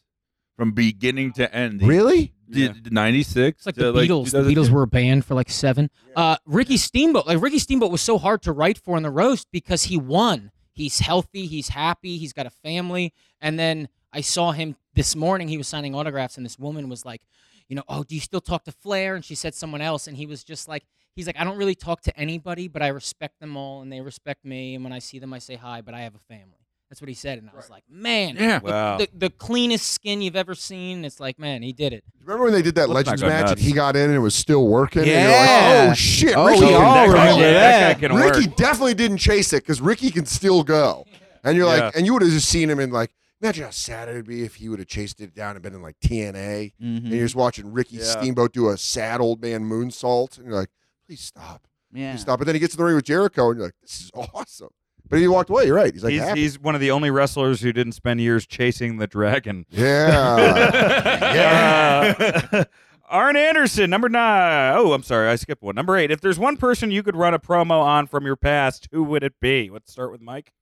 from beginning to end. He Really? did '96. It's like the Beatles. The Beatles were banned for like seven. Uh, Ricky Steamboat, like Ricky Steamboat, was so hard to write for in the roast because he won. He's healthy. He's happy. He's got a family. And then I saw him this morning. He was signing autographs, and this woman was like, you know, oh, do you still talk to Flair? And she said someone else, and he was just like, he's like, I don't really talk to anybody, but I respect them all, and they respect me. And when I see them, I say hi, but I have a family. That's what he said, and I was like, man, Yeah. the- the, the cleanest skin you've ever seen. It's like, man, he did it. Remember when they did that Let's not Legends go match and nuts. he got in and it was still working? And you're like, Yeah. oh shit, Oh, Ricky, we all can- remember guy, that. guy can work. Ricky definitely didn't chase it because Ricky can still go. And you're Yeah. like, and you would have just seen him in like, imagine how sad it would be if he would have chased it down and been in like TNA. Mm-hmm. and you're just watching Ricky Yeah. Steamboat do a sad old man moonsault, and you're like, please stop, yeah. please stop. But then he gets in the ring with Jericho, and you're like, this is awesome. But he walked away. You're right. He's like, he's, happy. he's one of the only wrestlers who didn't spend years chasing the dragon. yeah. Uh, Arn Anderson, number nine. Oh, I'm sorry, I skipped one. Number eight. If there's one person you could run a promo on from your past, who would it be? Let's start with Mike.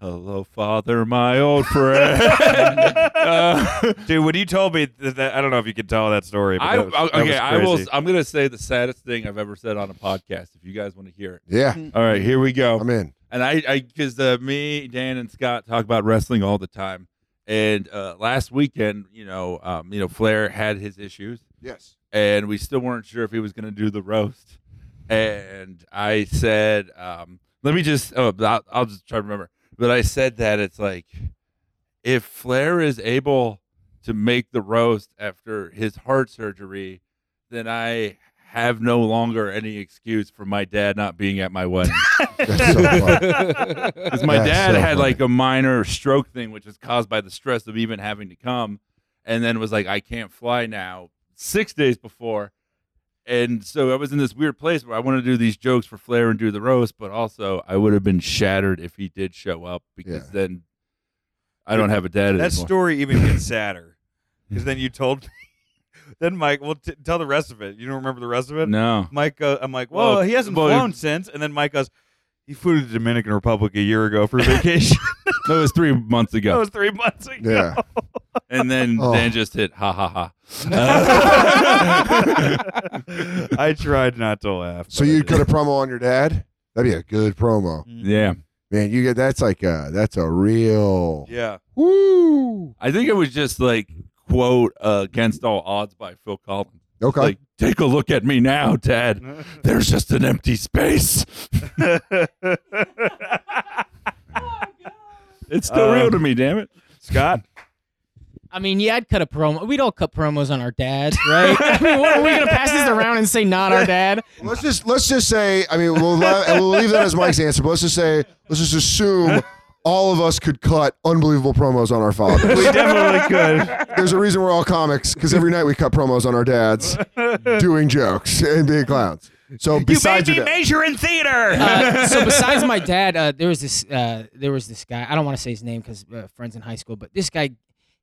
Hello, Father, my old friend. Uh, Dude, when you told me that, that- I don't know if you can tell that story. But I, that was- that okay, was I will. crazy. I'm gonna say the saddest thing I've ever said on a podcast. If you guys want to hear it, yeah, all right, here we go. I'm in. and I, I, because uh, me, Dan, and Scott talk about wrestling all the time. And uh, last weekend, you know, um, you know, Flair had his issues, Yes. and we still weren't sure if he was gonna do the roast. And I said, um, let me just. Oh, I'll, I'll just try to remember. But I said that it's like, if Flair is able to make the roast after his heart surgery, then I have no longer any excuse for my dad not being at my wedding. That's so fun. Because my That's dad so had funny. like a minor stroke thing, which was caused by the stress of even having to come, and then was like, I can't fly now six days before. And so I was in this weird place where I wanted to do these jokes for Flair and do the roast, but also I would have been shattered if he did show up because Yeah. then I don't have a dad that anymore. story even gets sadder because then you told me. then Mike, well, t- tell the rest of it. You don't remember the rest of it? no. Mike, go I'm like, well, Well, he hasn't well, flown since. And then Mike goes, he flew to the Dominican Republic a year ago for vacation. That was three months that ago. was three months ago. Yeah. And then Oh. Dan just hit ha ha ha. I tried not to laugh. So you cut a promo on your dad? That'd be a good promo, Mm. Yeah. man. You get that's like a that's a real Yeah. woo. I think it was just like quote uh, against all odds by Phil Collins. Okay, Like, take a look at me now, Dad. There's just an empty space. It's still Uh, real to me, damn it. Scott? I mean, yeah, I'd cut a promo. We'd all cut promos on our dads, right? I mean, what, are we gonna pass this around and say not our dad? let's just let's just say. I mean, we'll li- and we'll leave that as Mike's answer, but let's just say let's just assume all of us could cut unbelievable promos on our fathers. We definitely could. There's a reason we're all comics because every night we cut promos on our dads doing jokes and being clowns. So besides you made your me dad- major in theater. Uh, so besides my dad, uh, there was this uh, there was this guy. I don't want to say his name because uh, friends in high school, but this guy,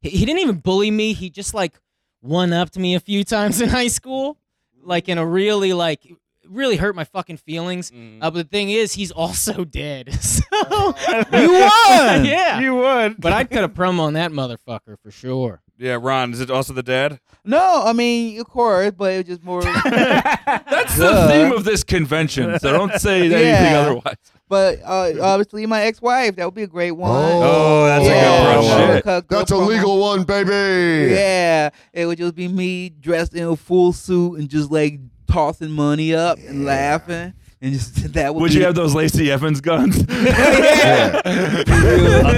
he, he didn't even bully me. He just like one upped me a few times in high school, like in a really like really hurt my fucking feelings. Uh, but the thing is, he's also dead. So you won. yeah. you would. but I cut a promo on that motherfucker for sure. Yeah, Ron. Is it also the dad? No, I mean, of course, but it was just more. That's the theme of this convention. So don't say anything Yeah. otherwise. but uh, obviously, my ex-wife. That would be a great one. Oh, that's a good promo. girl Shit. cut- girl That's a promo. legal one, baby. Yeah, it would just be me dressed in a full suit and just like tossing money up and laughing, and just that would. Would be you have those Lacey Evans guns?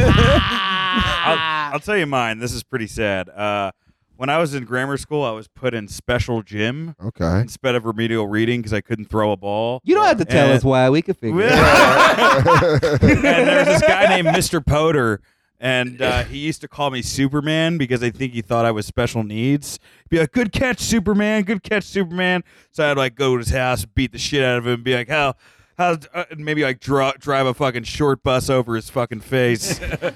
I'll, I'll tell you mine. This is pretty sad. Uh, when I was in grammar school, I was put in special gym Okay. instead of remedial reading because I couldn't throw a ball. Oh. You don't have to tell And- us why. We could figure. it out. and there was this guy named Mr. Potter, and uh, he used to call me Superman because I think he thought I was special needs. He'd be like, "Good catch, Superman! Good catch, Superman!" So I'd like go to his house, beat the shit out of him, and be like, "How?" How, uh, and maybe like draw, drive a fucking short bus over his fucking face. Dude, Be like,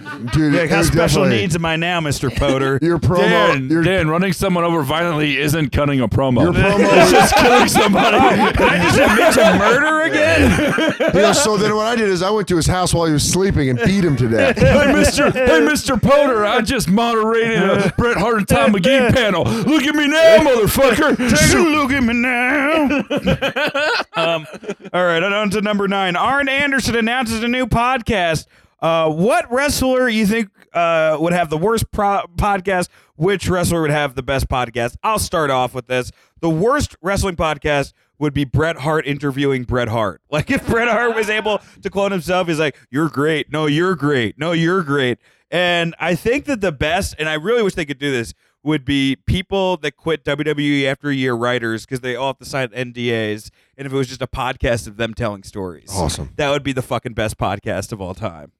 it how was special definitely- needs am I now, Mister Potter? Your promo, Dan, your, Dan, running someone over violently isn't cutting a promo. your It's promo. just killing somebody. I just admit to murder again. Yeah, so then what I did is I went to his house while he was sleeping and beat him to death. Uh, hey, Mister, hey, Mister Potter, I just moderated a Bret Hart and Tom McGee panel. Look at me now, Take a motherfucker. look at me now. um, all right, on to number nine. Arn Anderson announces a new podcast. Uh, what wrestler you think uh, would have the worst pro- podcast? Which wrestler would have the best podcast? I'll start off with this. The worst wrestling podcast would be Bret Hart interviewing Bret Hart. Like if Bret Hart was able to clone himself, he's like, "You're great. No, you're great. No, you're great." And I think that the best, and I really wish they could do this, would be people that quit WWE after a year writers because they all have to sign NDAs. And if it was just a podcast of them telling stories, Awesome. That would be the fucking best podcast of all time.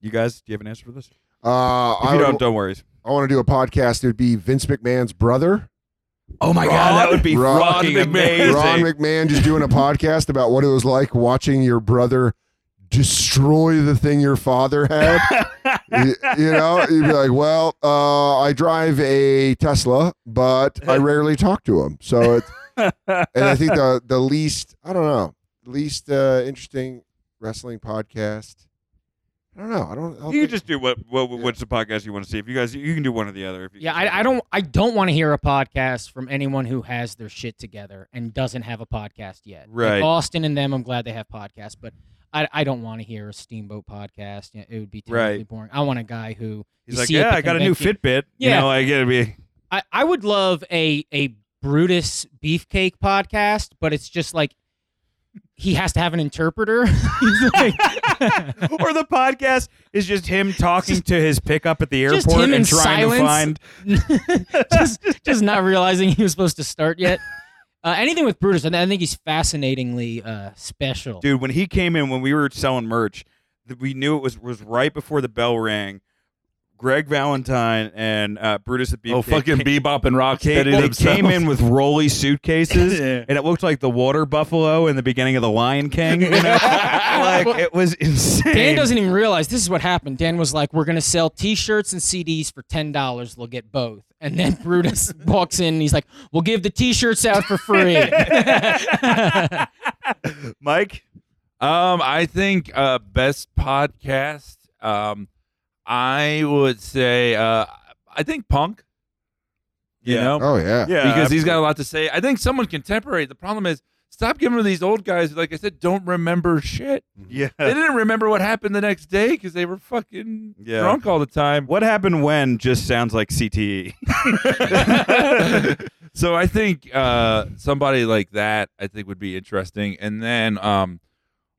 You guys, do you have an answer for this? If Uh, I, you would- don't, don't worry. I want to do a podcast. It would be Vince McMahon's brother, Oh my god, that would be Ron- fucking Ron McMahon. amazing. Ron McMahon, just doing a podcast about what it was like watching your brother destroy the thing your father had. you, you know, you'd be like, well, uh, I drive a Tesla, but I rarely talk to him. So, it's, and I think the the least, I don't know, least uh, interesting wrestling podcast. I don't know. I don't. I don't you think- just do what, what what's the podcast you want to see. If you guys, you can do one or the other. If you Yeah, I, I don't I don't want to hear a podcast from anyone who has their shit together and doesn't have a podcast yet. Like Right. Austin and them, I'm glad they have podcasts, but I, I don't want to hear a Steamboat podcast. Yeah, It would be terribly Right. boring. I want a guy who He's you like, see at yeah, the I got a new convention- Fitbit. Yeah. You know, I gotta be. I, I would love a a Brutus Beefcake podcast, but it's just like he has to have an interpreter. He's like- or the podcast is just him talking to his pickup at the airport just him and in trying to silence. find. just, just not realizing he was supposed to start yet. Uh, anything with Brutus, and I think he's fascinatingly uh, special. Dude, when he came in, when we were selling merch, th- we knew it was was right before the bell rang. Greg Valentine and uh, Brutus the Beefcake. Oh, fucking came, bebop and rock came, steady they themselves. came in with rolly suitcases, Yeah. and it looked like the water buffalo in the beginning of the Lion King. You know? like it was insane. Dan doesn't even realize this is what happened. Dan was like, "We're gonna sell T-shirts and CDs for ten dollars. They'll get both." And then Brutus walks in and he's like, "We'll give the T-shirts out for free." Mike. Um, I think uh, best podcast. Um, I would say uh, I think punk. You Yeah. know, Oh yeah. Yeah, because he's got a lot to say. I think someone contemporary. The problem is, stop giving them to these old guys. who, Like I said, don't remember shit. yeah. They didn't remember what happened the next day because they were fucking Yeah. drunk all the time. What happened when just sounds like E? CTE. so I think uh, somebody like that I think would be interesting. And then um,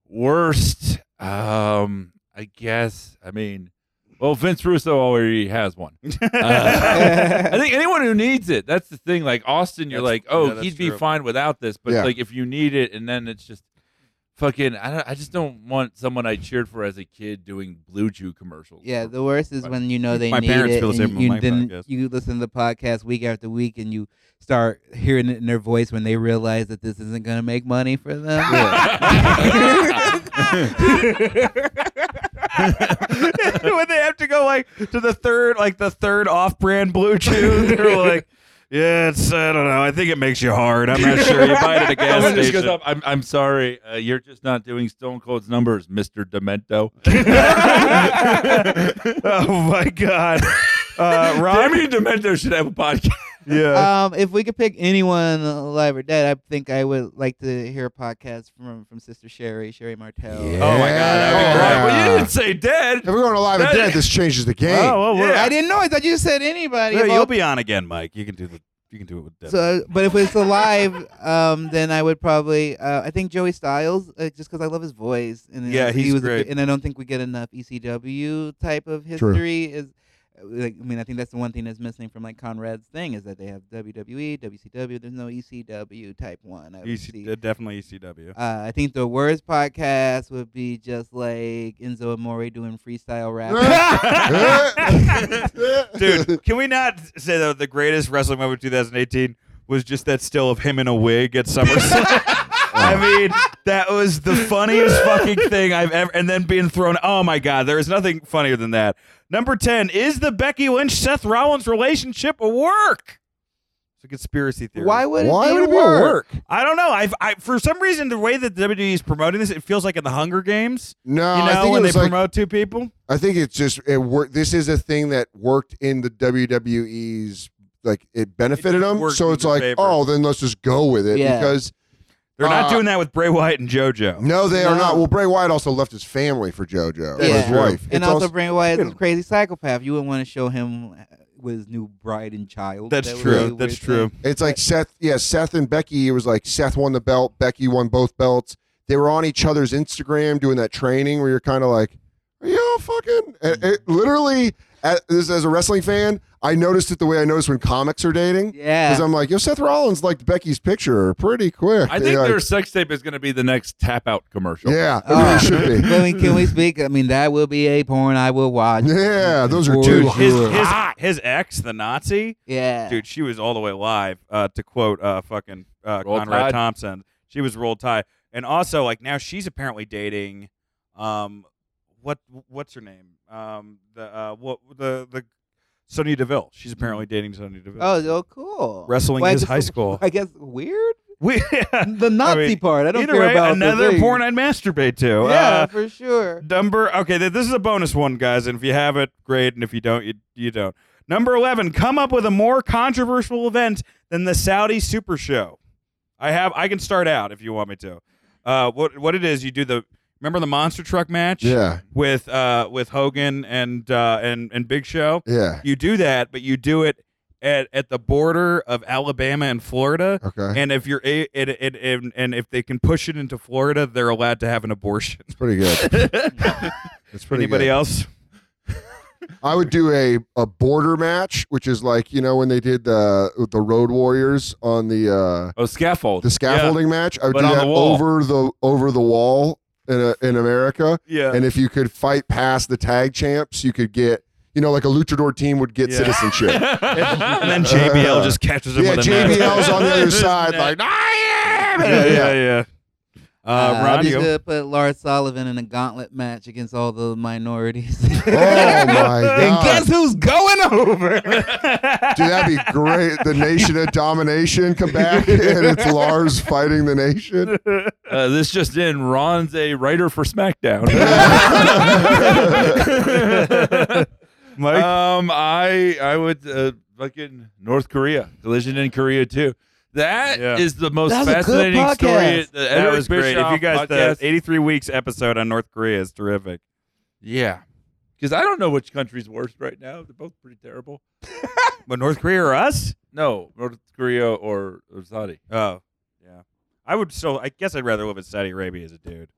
worst, um, I guess. I mean, well, Vince Russo already has one. Uh, I think anyone who needs it. That's the thing. Like Austin, you're That's- like, oh, yeah, that's he'd be true. fine without this. But Yeah. like if you need it, and then it's just fucking I don't I just don't want someone I cheered for as a kid doing Blue Chew commercials. Yeah, the worst is My- when you know they my need parents it, feel the and same about you, my then podcast. you listen to the podcast week after week, and you start hearing it in their voice when they realize that this isn't going to make money for them. when they have to go like to the third, like the third off-brand blue chew, they're like, "Yeah, it's I don't know. I think it makes you hard. I'm not sure. You buy it at a gas Someone just station." goes up, I'm, I'm sorry, uh, you're just not doing Stone Cold's numbers, Mister Demento. oh my god, uh, Rob. Tommy Demento should have a podcast. Yeah, um, if we could pick anyone uh, alive or dead, I think I would like to hear a podcast from from Sister Sherry, Sherry Martel. Oh my god, that'd be Yeah. great. Well, you didn't say dead. If we're going alive and That- dead, this changes the game. Oh, well, we're- I didn't know. I thought you just said anybody. No, of all you'll be on again, Mike. You can do the. You can do it with Deb. So, but if it's alive, um, then I would probably. Uh, I think Joey Styles, uh, just because I love his voice, and Yeah, uh, he he's was, a great. bi- and I don't think we get enough ECW type of True. history. Is uh, like, I mean, I think that's the one thing that's missing from like Conrad's thing is that they have E, WWE, WCW. There's no ECW type one. I would see. EC, E uh, definitely ECW. Uh, I think the worst podcast would be just like Enzo Amore doing freestyle rap. Dude, can we not say that the greatest wrestling moment of 2018 was just that still of him in a wig at SummerSlam? I mean, that was the funniest fucking thing I've ever. And then being thrown. Oh my God, there is nothing funnier than that. Number 10 is the Becky Lynch Seth Rollins relationship a work? It's a conspiracy theory. Why would Why it be would it a be a work? work? I don't know. I've, I for some reason the way that WWE is promoting this, it feels like in the Hunger Games. No, You know, Uh, I think when it they was like, promote two people. I think it's just it worked. This is a thing that worked in the WWE's like it benefited It them. worked So in it's their like, favor. oh, then let's just go with it Yeah. because They're not Uh, doing that with Bray Wyatt and JoJo. no, they are No. not. Well, Bray Wyatt also left his family for JoJo, Yeah. yeah. his wife, And It's also, Bray Wyatt is you a know. crazy psychopath. You wouldn't want to show him uh, with his new bride and child. That's That would be a true. weird That's thing. true. It's like Seth, yeah, Seth and Becky. It was like Seth won the belt, Becky won both belts. They were on each other's Instagram doing that training where you're kind of like, are you all fucking? It, it- literally, as, as a wrestling fan, I noticed it the way I noticed when comics are dating. Yeah. Because I'm like, yo, Seth Rollins liked Becky's picture pretty quick. I think Like, their sex tape is going to be the next tap out commercial. yeah, it Oh. really should be. Can we, can we speak? I mean, that will be a porn I will watch. Yeah, those are Or- two. his, good- his, his ex, the Nazi, Yeah. dude, she was all the way live. Uh, to quote uh, fucking uh, Roll Conrad Tide. Thompson, she was rolled tie, and also like now she's apparently dating, um, what what's her name? Um, the uh, what the the Sonya Deville. She's apparently dating Sonya Deville. Oh, oh, cool. Wrestling I is guess- high school. I guess weird. we, The Nazi part. I don't either care way, about the another thing. porn I'd masturbate to. Yeah, Uh, for sure. Number okay, th- this is a bonus one, guys, and if you have it, great, and if you don't, you you don't. Number eleven, come up with a more controversial event than the Saudi Super Show. I have I can start out if you want me to. Uh, what what it is? You do the remember the monster truck match? Yeah, With uh with Hogan and uh and and Big Show. yeah. You do that, but you do it at at the border of Alabama and Florida. Okay, And if you're a and, and, and, and if they can push it into Florida, they're allowed to have an abortion. it's pretty good. It's pretty Anybody good. else? I would do a, a border match, which is like you know when they did the the Road Warriors on the uh, Oh, scaffold. the scaffolding match. I would But do on that the wall. over the over the wall in uh in America. Yeah. And if you could fight past the tag champs, you could get you know like a luchador team would get Yeah. citizenship. and then JBL just catches him yeah, with a net. JBL's on the other side, Net. like I am. yeah, yeah, yeah. Uh, Uh, Ron, I'm just you- gonna put Lars Sullivan in a gauntlet match against all the minorities. Oh my and god, guess who's going over? dude, that'd be great. The Nation of Domination come back, and it's Lars fighting the Nation. Uh, this just in: Ron's a writer for SmackDown. Mike? Um, I I would uh, fucking North Korea collision in Korea too. That is Yeah. the most That was a good fascinating story. podcast. The that Eric was great. If Bischoff you guys, podcast. the 83 weeks episode on North Korea is terrific. yeah, because I don't know which country's worse right now. They're both pretty terrible. But North Korea or us? No, North Korea or, or Saudi. Um, Oh, yeah. I would still. I guess I'd rather live in Saudi Arabia as a dude.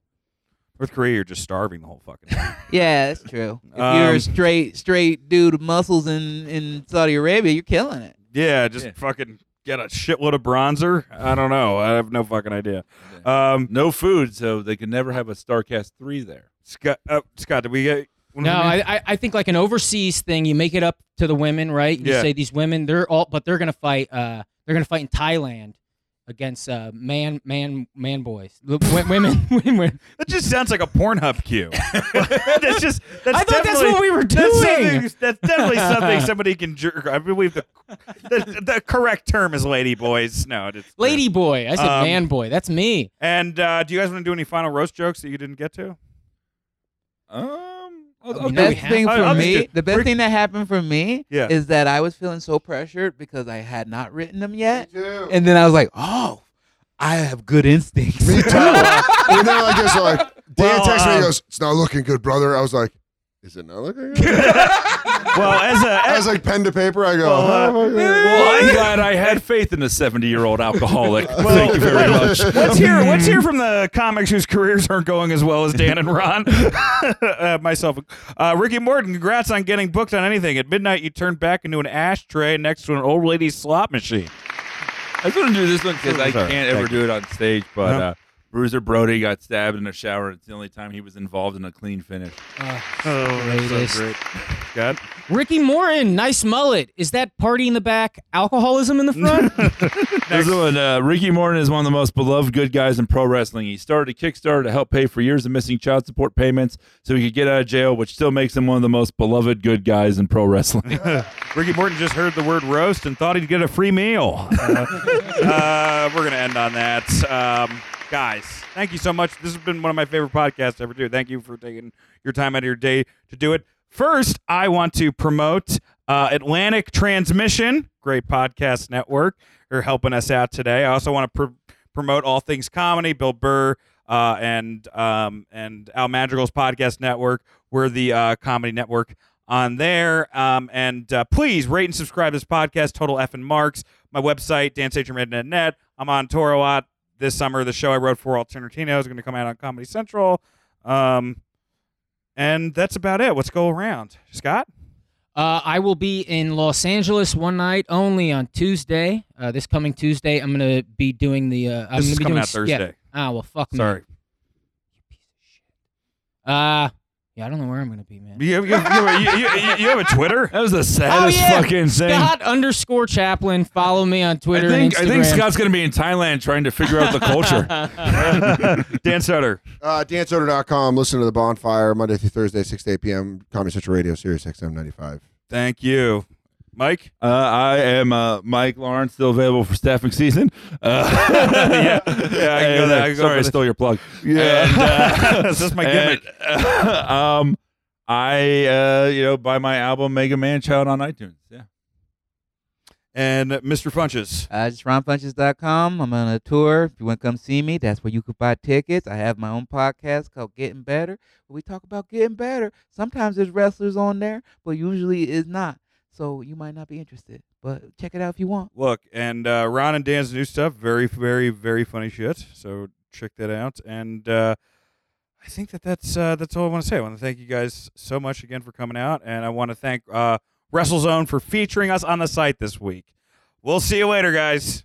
North Korea, you're just starving the whole fucking. time. yeah, that's true. If you're Um, a straight straight dude with muscles in in Saudi Arabia, you're killing it. yeah, just Yeah. fucking get a shitload of bronzer. I don't know. I have no fucking idea. Um, No food, so they can never have a StarCast three there. Scott, uh, Scott, did we get? what did No, we do? I, I- I think like an overseas thing, you make it up to the women, right? You Yeah. say these women, they're all, but they're gonna fight. Uh, they're gonna fight in Thailand against uh, man, man, man boys, L- w- women, women. that just sounds like a Pornhub queue. that's just. That's I thought that's definitely- what we were That's, doing. something- that's definitely something somebody can jerk. I believe the the, the correct term is lady boys. No, it's Lady boy, I said Um, man boy. That's me. And uh, do you guys want to do any final roast jokes that you didn't get to? Um, I The mean, no, we best thing have- I- for I'll just do- me, the best Rick- thing that happened for me Yeah. is that I was feeling so pressured because I had not written them yet, too. and then I was like, "Oh, I have good instincts." Me too. and then I just like, Dan Well, texts me, he um, goes, It's not looking good, brother. I was like, Is it not looking good? Well, as a I was like, pen to paper. I go, Well, "Oh, yeah." well, I'm glad I had faith in a 70 year old alcoholic. Thank you very much. Let's hear. Let's hear from the comics whose careers aren't going as well as Dan and Ron, uh, myself. Uh, Ricky Morton, congrats on getting booked on anything. At midnight, you turned back into an ashtray next to an old lady's slot machine. I was going to do this one because I Sorry. can't ever Thank do it on stage, but No. uh, Bruiser Brody got stabbed in a shower. It's the only time he was involved in a clean finish. Greatest. God. Ricky Morin, nice mullet. Is that party in the back, alcoholism in the front? This is one, uh, Ricky Morton is one of the most beloved good guys in pro wrestling. He started a Kickstarter to help pay for years of missing child support payments so he could get out of jail, which still makes him one of the most beloved good guys in pro wrestling. Ricky Morton just heard the word roast and thought he'd get a free meal. Uh, uh, we're going to end on that. Um, guys, thank you so much. This has been one of my favorite podcasts to ever do. Thank you for taking your time out of your day to do it. First, I want to promote uh, Atlantic Transmission, great podcast network. They're helping us out today. I also want to pr- promote all things comedy, Bill Burr uh, and um, and Al Madrigal's podcast network. We're the uh, comedy network on there. Um, and uh, please rate and subscribe to this podcast, Total F and Marks. My website, dancehmid.net. I'm on tour a lot this summer. The show I wrote for Alternatino is going to come out on Comedy Central. Um, and that's about it. Let's go around. Scott? Uh, I will be in Los Angeles one night only on Tuesday. Uh, this coming Tuesday, I'm gonna be doing the. Uh, I'm This gonna is be coming doing out s- yeah. Thursday. Ah, well, fuck me. Sorry. Uh, yeah, I don't know where I'm gonna be, man. You, you, you, you, you- you have a Twitter? That was the Oh, saddest yeah. fucking thing. Scott underscore Chaplin. Follow me on Twitter I think, I and Instagram. think Scott's going to be in Thailand trying to figure out the culture. Dan Sutter. Uh, danceorder.com. Listen to The Bonfire Monday through Thursday, 6 to 8 p.m. Comedy Central Radio, Sirius XM 95. Thank you. Mike? Uh, I am uh, Mike Lawrence, still available for staffing season. Uh, yeah, yeah, I can go there. I can go sorry, I for the- stole your plug. This is my gimmick. uh, And, uh, um, I uh, you know buy my album Mega Man Child on iTunes. Yeah, And Mr. Funches. Uh, just ronpunches.com. I'm on a tour. If you want to come see me, that's where you could buy tickets. I have my own podcast called Getting Better. Where we talk about getting better. Sometimes there's wrestlers on there, but usually it's not. So you might not be interested. But check it out if you want. Look, and uh, Ron and Dan's new stuff, very, very, very funny shit. So check that out. And uh, I think that that's uh, that's all I want to say. I want to thank you guys so much again for coming out, and I want to thank uh, WrestleZone for featuring us on the site this week. We'll see you later, guys.